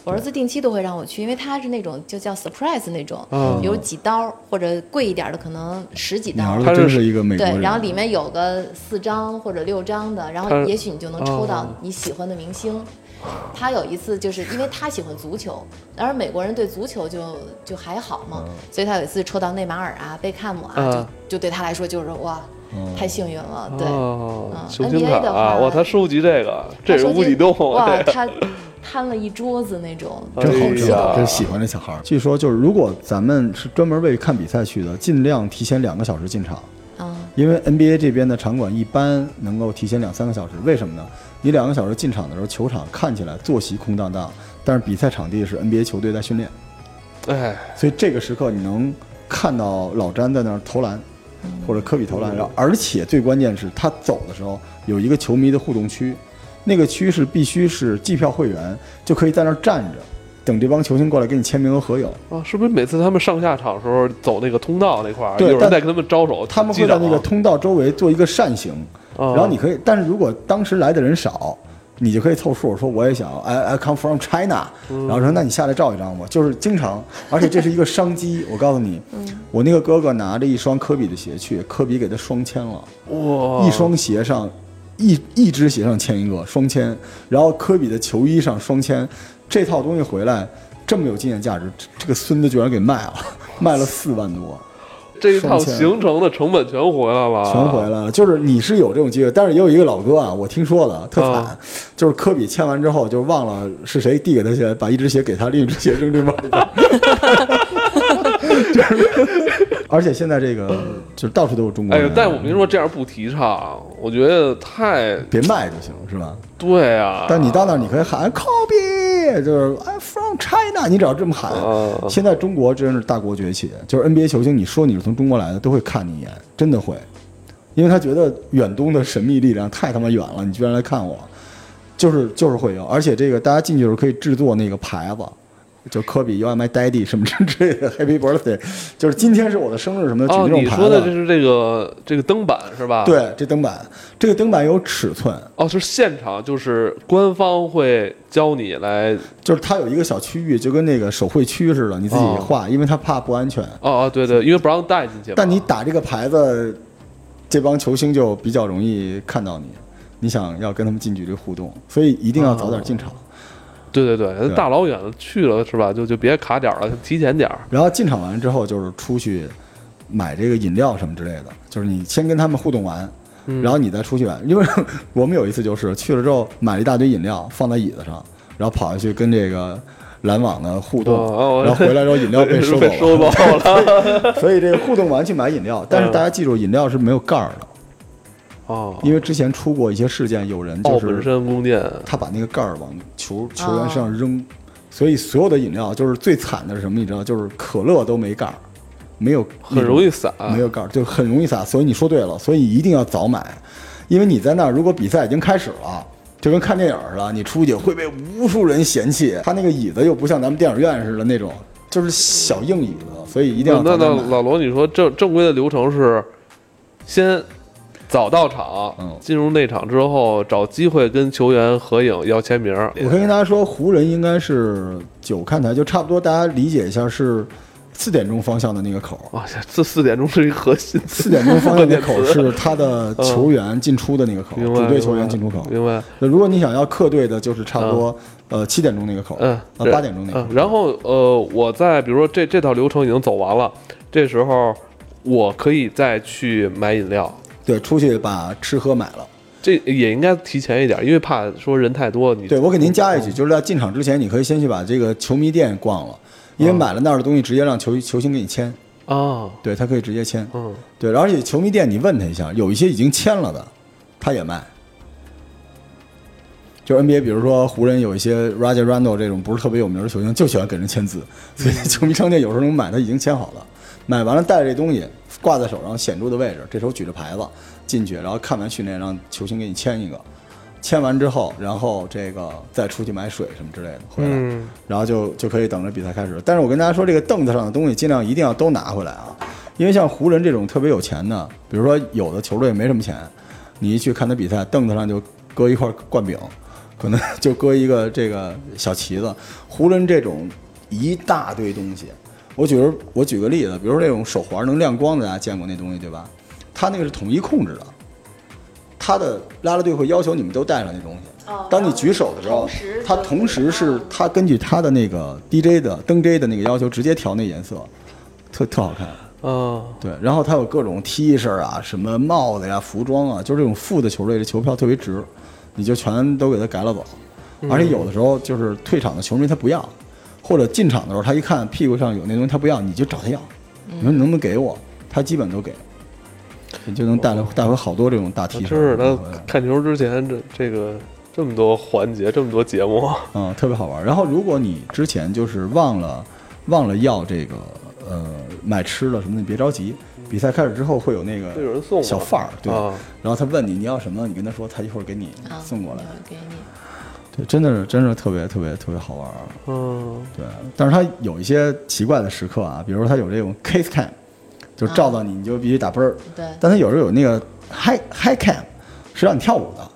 [SPEAKER 3] 我儿子定期都会让我去，因为他是那种就叫 surprise 那种，
[SPEAKER 2] 哦
[SPEAKER 1] 嗯
[SPEAKER 3] 有几刀或者贵一点的可能十几
[SPEAKER 2] 你儿
[SPEAKER 3] 刀
[SPEAKER 2] 子，
[SPEAKER 1] 他
[SPEAKER 2] 真
[SPEAKER 1] 是
[SPEAKER 2] 是一个美国
[SPEAKER 3] 对，
[SPEAKER 2] 人，
[SPEAKER 3] 然后里面有个四张或者六张的，然后
[SPEAKER 1] 他
[SPEAKER 3] 也许你就能抽到
[SPEAKER 1] 哦
[SPEAKER 3] 你喜欢的明星。他有一次就是因为他喜欢足球，当然美国人对足球就就还好嘛，
[SPEAKER 2] 嗯
[SPEAKER 3] 所以他有一次抽到内马尔啊、贝克姆啊，
[SPEAKER 1] 嗯
[SPEAKER 3] 就就对他来说就是哇，
[SPEAKER 2] 嗯
[SPEAKER 3] 太幸运了，对。
[SPEAKER 1] 哦
[SPEAKER 3] 嗯，
[SPEAKER 1] 球星卡
[SPEAKER 3] NBA 的
[SPEAKER 1] 啊，
[SPEAKER 3] 话
[SPEAKER 1] 哇，他收集这个，这是
[SPEAKER 3] 他说
[SPEAKER 1] 无底洞，
[SPEAKER 3] 哇，
[SPEAKER 1] 对
[SPEAKER 3] 他摊了一桌子那种，
[SPEAKER 2] 真好
[SPEAKER 1] 哎
[SPEAKER 2] 吃
[SPEAKER 1] 呀
[SPEAKER 2] 啊，真喜欢这小孩儿。据说就是如果咱们是专门为看比赛去的，尽量提前两个小时进场，
[SPEAKER 3] 啊，
[SPEAKER 2] 因为 NBA 这边的场馆一般能够提前两三个小时。为什么呢？你两个小时进场的时候，球场看起来坐席空荡荡，但是比赛场地是 NBA 球队在训练，
[SPEAKER 1] 哎，
[SPEAKER 2] 所以这个时刻你能看到老詹在那儿投篮，或者科比投篮，然后而且最关键是他走的时候有一个球迷的互动区，那个区是必须是季票会员就可以在那儿站着，等这帮球星过来给你签名和合影。
[SPEAKER 1] 啊，是不是每次他们上下场的时候走那个通道那块儿，
[SPEAKER 2] 对
[SPEAKER 1] 有人
[SPEAKER 2] 但
[SPEAKER 1] 在跟他们招手，
[SPEAKER 2] 他们
[SPEAKER 1] 击
[SPEAKER 2] 会在
[SPEAKER 1] 掌
[SPEAKER 2] 那个通道周围做一个扇形，
[SPEAKER 1] 啊哦
[SPEAKER 2] 然后你可以，但是如果当时来的人少，你就可以凑数说我也想，I I come from China，然后说那你下来照一张吧。就是经常，而且这是一个商机。我告诉你，我那个哥哥拿着一双科比的鞋去，科比给他双签了，
[SPEAKER 1] 哇，
[SPEAKER 2] 一双鞋上一一只鞋上签一个双签，然后科比的球衣上双签，这套东西回来这么有纪念价值，这这个孙子居然给卖了，卖了四万多。
[SPEAKER 1] 这一套
[SPEAKER 2] 双线
[SPEAKER 1] 行程的成本全回来了，
[SPEAKER 2] 全回来了。就是你是有这种机会，但是也有一个老哥啊，我听说了，特惨，
[SPEAKER 1] 啊
[SPEAKER 2] 就是科比签完之后就忘了是谁递给他 鞋，把一只鞋给他，另一只鞋扔对方。就是 而且现在这个就是到处都有中国
[SPEAKER 1] 哎
[SPEAKER 2] 人
[SPEAKER 1] 呀，，但我跟你说，这样不提倡，我觉得太
[SPEAKER 2] 别卖就行，是吧？
[SPEAKER 1] 对啊。
[SPEAKER 2] 但你到那儿你可以喊 “Kobe”，就是 “I'm from China”，你只要这么喊
[SPEAKER 1] 哦。
[SPEAKER 2] 现在中国真是大国崛起，就是 NBA 球星，你说你是从中国来的，都会看你一眼，真的会，因为他觉得远东的神秘力量太他妈远了，你居然来看我，就是就是会有，而且这个大家进去的时候可以制作那个牌子。就科比 You are my daddy 什么之类的 Happy birthday，就是今天是我的生日什么的，举
[SPEAKER 1] 哦，
[SPEAKER 2] 这种
[SPEAKER 1] 你
[SPEAKER 2] 牌
[SPEAKER 1] 说的这
[SPEAKER 2] 子。
[SPEAKER 1] 是啊这个这个灯板是吧？。
[SPEAKER 2] 对，这灯板，这个灯板有尺寸，
[SPEAKER 1] 哦，是现场，就是官方会教你来。
[SPEAKER 2] 就是它有一个小区域，就跟那个手绘区似的，你自己画，因为它怕不安全。
[SPEAKER 1] 哦哦，对对，因为不让带进去嘛。
[SPEAKER 2] 但你打这个牌子，这帮球星就比较容易看到你，你想要跟他们近距离互动，所以一定要早点进
[SPEAKER 1] 哦
[SPEAKER 2] 场。
[SPEAKER 1] 对对对，大老远的去了是吧？就就别卡点儿了，提前点儿。
[SPEAKER 2] 然后进场完之后，就是出去买这个饮料什么之类的，就是你先跟他们互动完。
[SPEAKER 1] 嗯
[SPEAKER 2] 然后你再出去玩，因为我们有一次就是去了之后买了一大堆饮料放在椅子上，然后跑下去跟这个篮网的互动，
[SPEAKER 1] 哦哦我
[SPEAKER 2] 然后 回来之后饮料被收走
[SPEAKER 1] 被
[SPEAKER 2] 了，
[SPEAKER 1] 收走 了。
[SPEAKER 2] 所以这个互动完去买饮料，
[SPEAKER 1] 嗯
[SPEAKER 2] 但是大家记住，饮料是没有盖儿的，
[SPEAKER 1] 哦，
[SPEAKER 2] 因为之前出过一些事件，有人
[SPEAKER 1] 奥
[SPEAKER 2] 就
[SPEAKER 1] 哦本啊
[SPEAKER 2] 是
[SPEAKER 1] 山宫殿。
[SPEAKER 2] 他把那个盖儿往球球员身上扔，所以所有的饮料就是最惨的是什么？你知道，就是可乐都没盖儿，没有
[SPEAKER 1] 很容易散，
[SPEAKER 2] 没有盖儿，就很容易洒。所以你说对了，所以一定要早买，因为你在那儿，如果比赛已经开始了。就跟看电影似的，你出去会被无数人嫌弃。他那个椅子又不像咱们电影院似的那种，就是小硬椅子，所以一定要
[SPEAKER 1] 那
[SPEAKER 2] 早
[SPEAKER 1] 那
[SPEAKER 2] 点
[SPEAKER 1] 那
[SPEAKER 2] 买。
[SPEAKER 1] 老罗，你说正正规的流程是先早到场，
[SPEAKER 2] 嗯
[SPEAKER 1] 进入内场之后找机会跟球员合影要签名。
[SPEAKER 2] 我可以跟大家说，湖人应该是九看台，就差不多，大家理解一下是四点钟方向的那个口儿。
[SPEAKER 1] 哇塞，这四点钟是一个核心，
[SPEAKER 2] 四点钟方向那口儿是 他的球员进出的那个口儿，
[SPEAKER 1] 嗯明白
[SPEAKER 2] 哦主队球员
[SPEAKER 1] 明白
[SPEAKER 2] 进出口。
[SPEAKER 1] 明白？
[SPEAKER 2] 那如果你想要客队的，就是差不多呃七点钟那个口儿，
[SPEAKER 1] 嗯，
[SPEAKER 2] 呃八点钟那个
[SPEAKER 1] 嗯
[SPEAKER 2] 口，儿。
[SPEAKER 1] 然后呃，我在比如说这这套流程已经走完了，这时候我可以再去买饮料。
[SPEAKER 2] 对，出去把吃喝买了。
[SPEAKER 1] 这也应该提前一点，因为怕说人太多，你
[SPEAKER 2] 对，我给您加
[SPEAKER 1] 嗯
[SPEAKER 2] 一句，就是在进场之前，你可以先去把这个球迷店逛了，
[SPEAKER 1] 嗯
[SPEAKER 2] 因为买了那儿的东西，直接让球球星给你签，
[SPEAKER 1] 啊，
[SPEAKER 2] 对他可以直接签。
[SPEAKER 1] 嗯，
[SPEAKER 2] 对，而且球迷店你问他一下，有一些已经签了的，他也卖。
[SPEAKER 1] 嗯
[SPEAKER 2] 就 NBA，比如说湖人有一些 Raja Rondo 这种不是特别有名的球星，就喜欢给人签字，所以球迷商店有时候能买他已经签好了，买完了带着这东西挂在手上显著的位置，这时候举着牌子进去，然后看完训练让球星给你签一个，签完之后，然后这个再出去买水什么之类的回来，
[SPEAKER 1] 嗯
[SPEAKER 2] 然后就就可以等着比赛开始。但是我跟大家说，这个凳子上的东西尽量一定要都拿回来啊，因为像湖人这种特别有钱的，比如说有的球队没什么钱，你一去看他比赛，凳子上就搁一块灌饼，可能就搁一个这个小旗子。 湖人这种一大堆东西，我举个我举个例子，比如说那种手环能亮光的，大家见过那东西对吧？它那个是统一控制的。他的啦啦队会要求你们都带上那东西
[SPEAKER 3] 哦。
[SPEAKER 2] 当你举手的时候
[SPEAKER 3] 同时，
[SPEAKER 2] 它
[SPEAKER 3] 就
[SPEAKER 2] 同时是
[SPEAKER 3] 啊
[SPEAKER 2] 它根据它的那个 DJ 的灯 J 的那个要求直接调那颜色，特特好看。
[SPEAKER 1] 啊，
[SPEAKER 2] 对，然后它有各种 T 恤啊、什么帽子呀、服装啊，就是这种富的球队的球票特别值，你就全都给它改了走。而且有的时候就是退场的球迷他不要，或者进场的时候他一看屁股上有那东西他不要，你就找他要，
[SPEAKER 3] 嗯
[SPEAKER 2] 你说你能不能给我？他基本都给，你就能带来带回好多这种大 T
[SPEAKER 1] 真
[SPEAKER 2] 恤。
[SPEAKER 1] 是
[SPEAKER 2] 带
[SPEAKER 1] 那
[SPEAKER 2] 回来
[SPEAKER 1] 看球之前这这个这么多环节，这么多节目，
[SPEAKER 2] 嗯，特别好玩儿。然后，如果你之前就是忘了忘了要这个呃买吃的什么的，你别着急，比赛开始之后会有那
[SPEAKER 1] 会有人
[SPEAKER 2] 个
[SPEAKER 1] 送吗
[SPEAKER 2] 小贩儿，对，
[SPEAKER 1] 啊
[SPEAKER 2] 然后他问你你要什么，你跟他说，他一会儿给你
[SPEAKER 3] 啊，
[SPEAKER 2] 嗯送过来。
[SPEAKER 3] 我给你
[SPEAKER 2] 对，真的是真是特别特别特别好玩儿。啊
[SPEAKER 1] 嗯，
[SPEAKER 2] 对，但是它有一些奇怪的时刻啊，比如说它有这种 case cam，就照到你，你就必须打啵儿。
[SPEAKER 3] 对
[SPEAKER 2] 但它有时候有那个 high high cam，是让你跳舞的。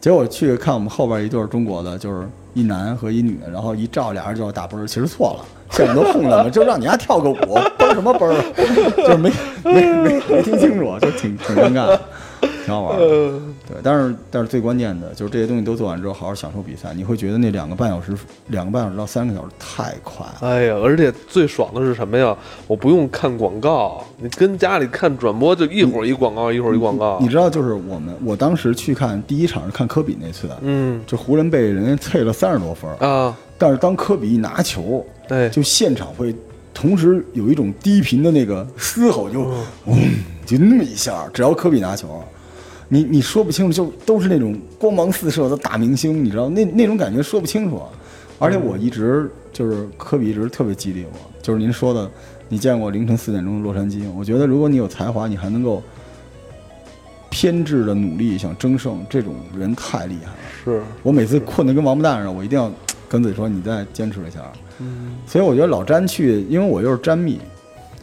[SPEAKER 2] 结果去看我们后边一对儿中国的，就是一男和一女，然后一照俩人就要打啵儿，其实错了，现场都哄他们，就让你丫跳个舞， 啵儿什么啵儿，就是没没没没听清楚，就挺挺尴尬的，挺好玩儿的。对，但是但是最关键的就是这些东西都做完之后，好好享受比赛，你会觉得那两个半小时、两个半小时到三个小时太快了。
[SPEAKER 1] 哎呀，而且最爽的是什么呀？我不用看广告，你跟家里看转播就一会儿一广告，一会儿一广告
[SPEAKER 2] 你，知道，就是我们我当时去看第一场是看科比那次，
[SPEAKER 1] 嗯
[SPEAKER 2] 就湖人被人家啐了三十多分儿，
[SPEAKER 1] 啊，
[SPEAKER 2] 但是当科比一拿球，
[SPEAKER 1] 哎，
[SPEAKER 2] 就现场会同时有一种低频的那个嘶吼就，嗡就那么一下，只要科比拿球，啊你你说不清楚，就都是那种光芒四射的大明星，你知道那那种感觉说不清楚。啊而且我一直就是科比一直特别激励我，就是您说的，你见过凌晨四点钟的洛杉矶吗？我觉得如果你有才华，你还能够偏执的努力想争胜，这种人太厉害了。
[SPEAKER 1] 是，
[SPEAKER 2] 我每次困得跟王八蛋似的，我一定要跟自己说，你再坚持一下。啊所以我觉得老詹去，因为我又是詹迷，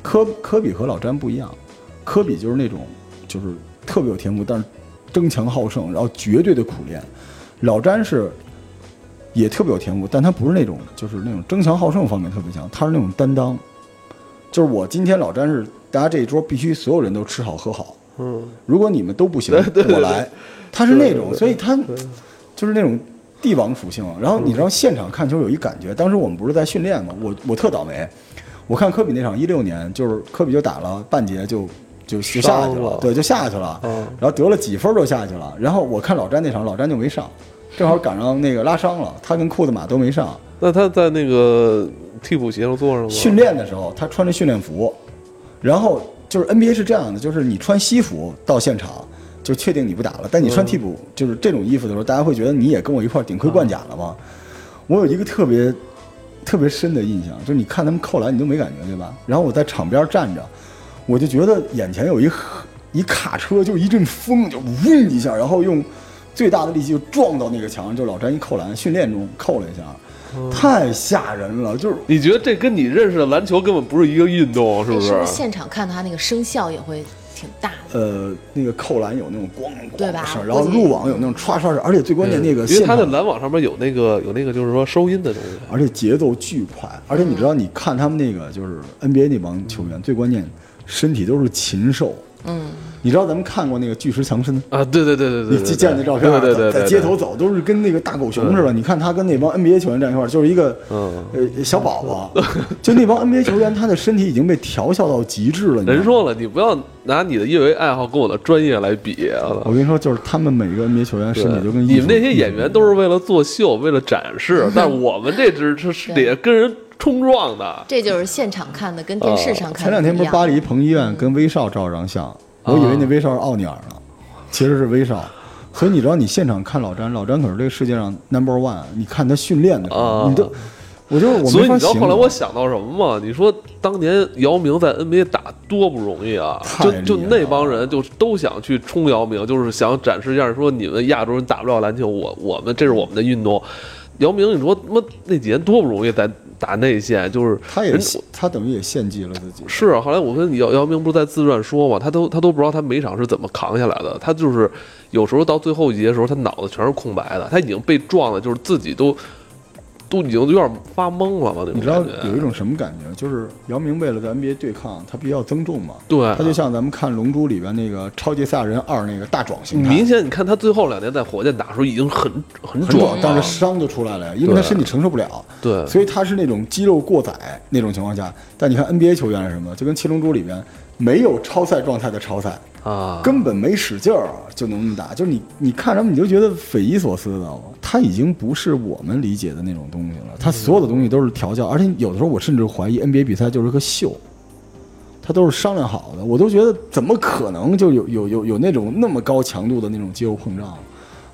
[SPEAKER 2] 科科比和老詹不一样，科比就是那种就是特别有天赋，但是争强好胜，然后绝对的苦练。老詹是也特别有天赋，但他不是那种就是那种争强好胜方面特别强，他是那种担当。就是我今天老詹是大家这一桌必须所有人都吃好喝好，
[SPEAKER 1] 嗯，
[SPEAKER 2] 如果你们都不行，我来。他是那种，所以他就是那种帝王属性。啊然后你知道现场看球有一感觉，当时我们不是在训练嘛，我我特倒霉，我看科比那场一六年，就是科比就打了半节就就就下去
[SPEAKER 1] 伤了
[SPEAKER 2] 了，对，就下去了
[SPEAKER 1] 嗯，
[SPEAKER 2] 然后得了几分就下去了。然后我看老詹那场，老詹就没上，正好赶上那个拉伤了，他跟库兹马都没上。
[SPEAKER 1] 那他在那个替补席上坐着吗？
[SPEAKER 2] 训练的时候，他穿着训练服，然后就是 NBA 是这样的，就是你穿西服到现场就确定你不打了，但你穿替补、就是这种衣服的时候，大家会觉得你也跟我一块儿顶盔贯甲了吗？我有一个特别特别深的印象，就是你看他们扣篮，你都没感觉对吧？然后我在场边站着，我就觉得眼前有一 一卡车，就一阵风就嗡一下，然后用最大的力气就撞到那个墙上，就老詹一扣篮，训练中扣了一下，太吓人了，就是。
[SPEAKER 1] 你觉得这跟你认识的篮球根本不是一个运动，是
[SPEAKER 3] 那
[SPEAKER 1] 不
[SPEAKER 3] 哎是
[SPEAKER 1] 是
[SPEAKER 3] 不是？现场看到他那个声效也会挺大的？
[SPEAKER 2] 呃，那个扣篮有那种咣咣
[SPEAKER 3] 对
[SPEAKER 2] 的
[SPEAKER 3] 吧
[SPEAKER 2] 声儿，然后
[SPEAKER 3] 估计
[SPEAKER 2] 入网有那种唰唰声儿，而且最关键那个
[SPEAKER 1] 因为
[SPEAKER 2] 现
[SPEAKER 1] 他
[SPEAKER 2] 场，
[SPEAKER 1] 的篮网上面有那个有那个就是说收音的东西。
[SPEAKER 2] 而且节奏巨快，而且你知道，你看他们那个就是 NBA 那帮球员，最关键身体都是禽兽。
[SPEAKER 3] 嗯，
[SPEAKER 2] 你知道咱们看过那个巨石强森，
[SPEAKER 1] 啊，对对对对对，
[SPEAKER 2] 你记见那照片儿，
[SPEAKER 1] 对对对，
[SPEAKER 2] 在
[SPEAKER 1] 对
[SPEAKER 2] 街头，走都是跟那个大狗熊似的。你看他跟那帮 NBA 球员站一块儿，就是一个
[SPEAKER 1] 嗯
[SPEAKER 2] 呃小 宝宝，就那帮 NBA 球员，他的身体已经被调教到极致了。你知道吗
[SPEAKER 1] 人说了，你不要拿你的业余爱好跟我的专业来比啊
[SPEAKER 2] 我。跟你说，就是他们每个 NBA 球员
[SPEAKER 1] 对
[SPEAKER 2] 身体就跟
[SPEAKER 1] 你们
[SPEAKER 2] 艺术
[SPEAKER 1] 那些演员都是为了作秀，为了展示， 但我们这只是是
[SPEAKER 3] 对
[SPEAKER 1] 得跟人冲撞的。
[SPEAKER 3] 这就是现场看的，跟电视上看
[SPEAKER 2] 哦前
[SPEAKER 3] 的
[SPEAKER 2] 两天
[SPEAKER 3] 不一样。
[SPEAKER 2] 不是巴黎彭医院跟威少照张相，我以为
[SPEAKER 1] 啊
[SPEAKER 2] 那威少是奥尼尔呢，其实是威少。所以你知道，你现场看老詹，老詹可是这个世界上 number one。你看他训练的时候，
[SPEAKER 1] 啊
[SPEAKER 2] 你都，我就我
[SPEAKER 1] 所
[SPEAKER 2] 没
[SPEAKER 1] 以
[SPEAKER 2] 法
[SPEAKER 1] 你知道
[SPEAKER 2] 形
[SPEAKER 1] 后来
[SPEAKER 2] 容。
[SPEAKER 1] 我想到什么吗？你说当年姚明在 NBA 打多不容易啊，
[SPEAKER 2] 太
[SPEAKER 1] 就
[SPEAKER 2] 厉害
[SPEAKER 1] 就那帮
[SPEAKER 2] 了
[SPEAKER 1] 人就都想去冲姚明，就是想展示一下，说你们亚洲人打不了篮球，我我们这是我们的运动。姚明，你说他妈那几年多不容易，在打内线，就是
[SPEAKER 2] 他也
[SPEAKER 1] 人
[SPEAKER 2] 他等于也献祭了自己。
[SPEAKER 1] 是啊，后来我跟姚姚明不是在自传说嘛，他都他都不知道他每场是怎么扛下来的，他就是有时候到最后一节的时候，他脑子全是空白的，他已经被撞的，就是自己都都已经有点发懵了嘛，那
[SPEAKER 2] 你
[SPEAKER 1] 种
[SPEAKER 2] 知道
[SPEAKER 1] 感觉。
[SPEAKER 2] 有一种什么感觉？就是姚明为了在 NBA 对抗，他必须要增重嘛。
[SPEAKER 1] 对，
[SPEAKER 2] 他就像咱们看《龙珠》里边那个超级赛亚人二那个大壮形态
[SPEAKER 1] 明，显你看他最后两年在火箭打的时候已经很很
[SPEAKER 2] 很壮
[SPEAKER 1] 壮，啊
[SPEAKER 2] 但
[SPEAKER 1] 了
[SPEAKER 2] 是，伤就出来了，因为他
[SPEAKER 1] 对
[SPEAKER 2] 身体承受不了。
[SPEAKER 1] 对，
[SPEAKER 2] 所以他是那种肌肉过载那种情况下，但你看 NBA 球员是什么？就跟《七龙珠》里边没有超赛状态的超赛，
[SPEAKER 1] 啊，
[SPEAKER 2] 根本没使劲儿啊就能那么打。就是你你看什么你就觉得匪夷所思，知道吗？他已经不是我们理解的那种东西了，他所有的东西都是调教，而且有的时候我甚至怀疑 NBA 比赛就是个秀。他都是商量好的，我都觉得怎么可能就有有有有那种那么高强度的那种肌肉碰撞，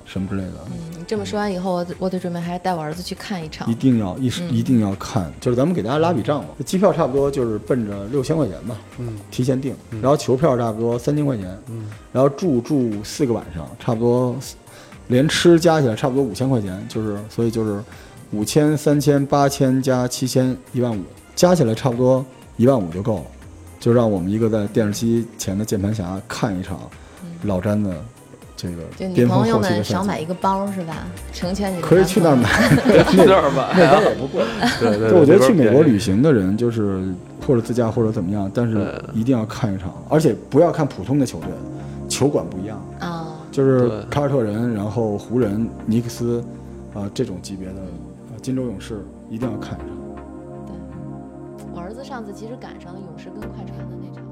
[SPEAKER 2] 什么之类的。
[SPEAKER 3] 你这么说完以后，我我得准备还是带我儿子去看一场
[SPEAKER 2] 一。定要一、
[SPEAKER 3] 嗯
[SPEAKER 2] 一定要看，就是咱们给大家拉笔账嘛，机票差不多就是奔着六千块钱吧，嗯，提前订，然后球票差不多三千块钱，嗯，然后住住四个晚上，差不多四连吃加起来差不多五千块钱，就是所以就是五千、三千、八千加七千，一万五，加起来差不多一万五就够了，就让我们一个在电视机前的键盘侠看一场老詹的这个
[SPEAKER 3] 嗯就你
[SPEAKER 2] 巅峰
[SPEAKER 3] 朋友
[SPEAKER 2] 后期的
[SPEAKER 3] 们
[SPEAKER 2] 赛
[SPEAKER 3] 少买
[SPEAKER 2] 季，
[SPEAKER 3] 一个包是吧？成全你的。
[SPEAKER 2] 可以去那儿买。，
[SPEAKER 1] 去那儿吧，
[SPEAKER 2] 那边也不贵。
[SPEAKER 1] 对对对，
[SPEAKER 2] 就我觉得去
[SPEAKER 1] 那边
[SPEAKER 2] 美国
[SPEAKER 1] 便宜
[SPEAKER 2] 旅行的人，就是或者自驾或者怎么样，但是一定要看一场，而且不要看普通的球队，球馆不一样，
[SPEAKER 3] 啊，
[SPEAKER 2] 就是
[SPEAKER 1] 对
[SPEAKER 2] 凯尔特人，然后湖人、尼克斯，啊、这种级别的，呃金州勇士一定要看一场。
[SPEAKER 3] 我儿子上次其实赶上了勇士跟快船的那场。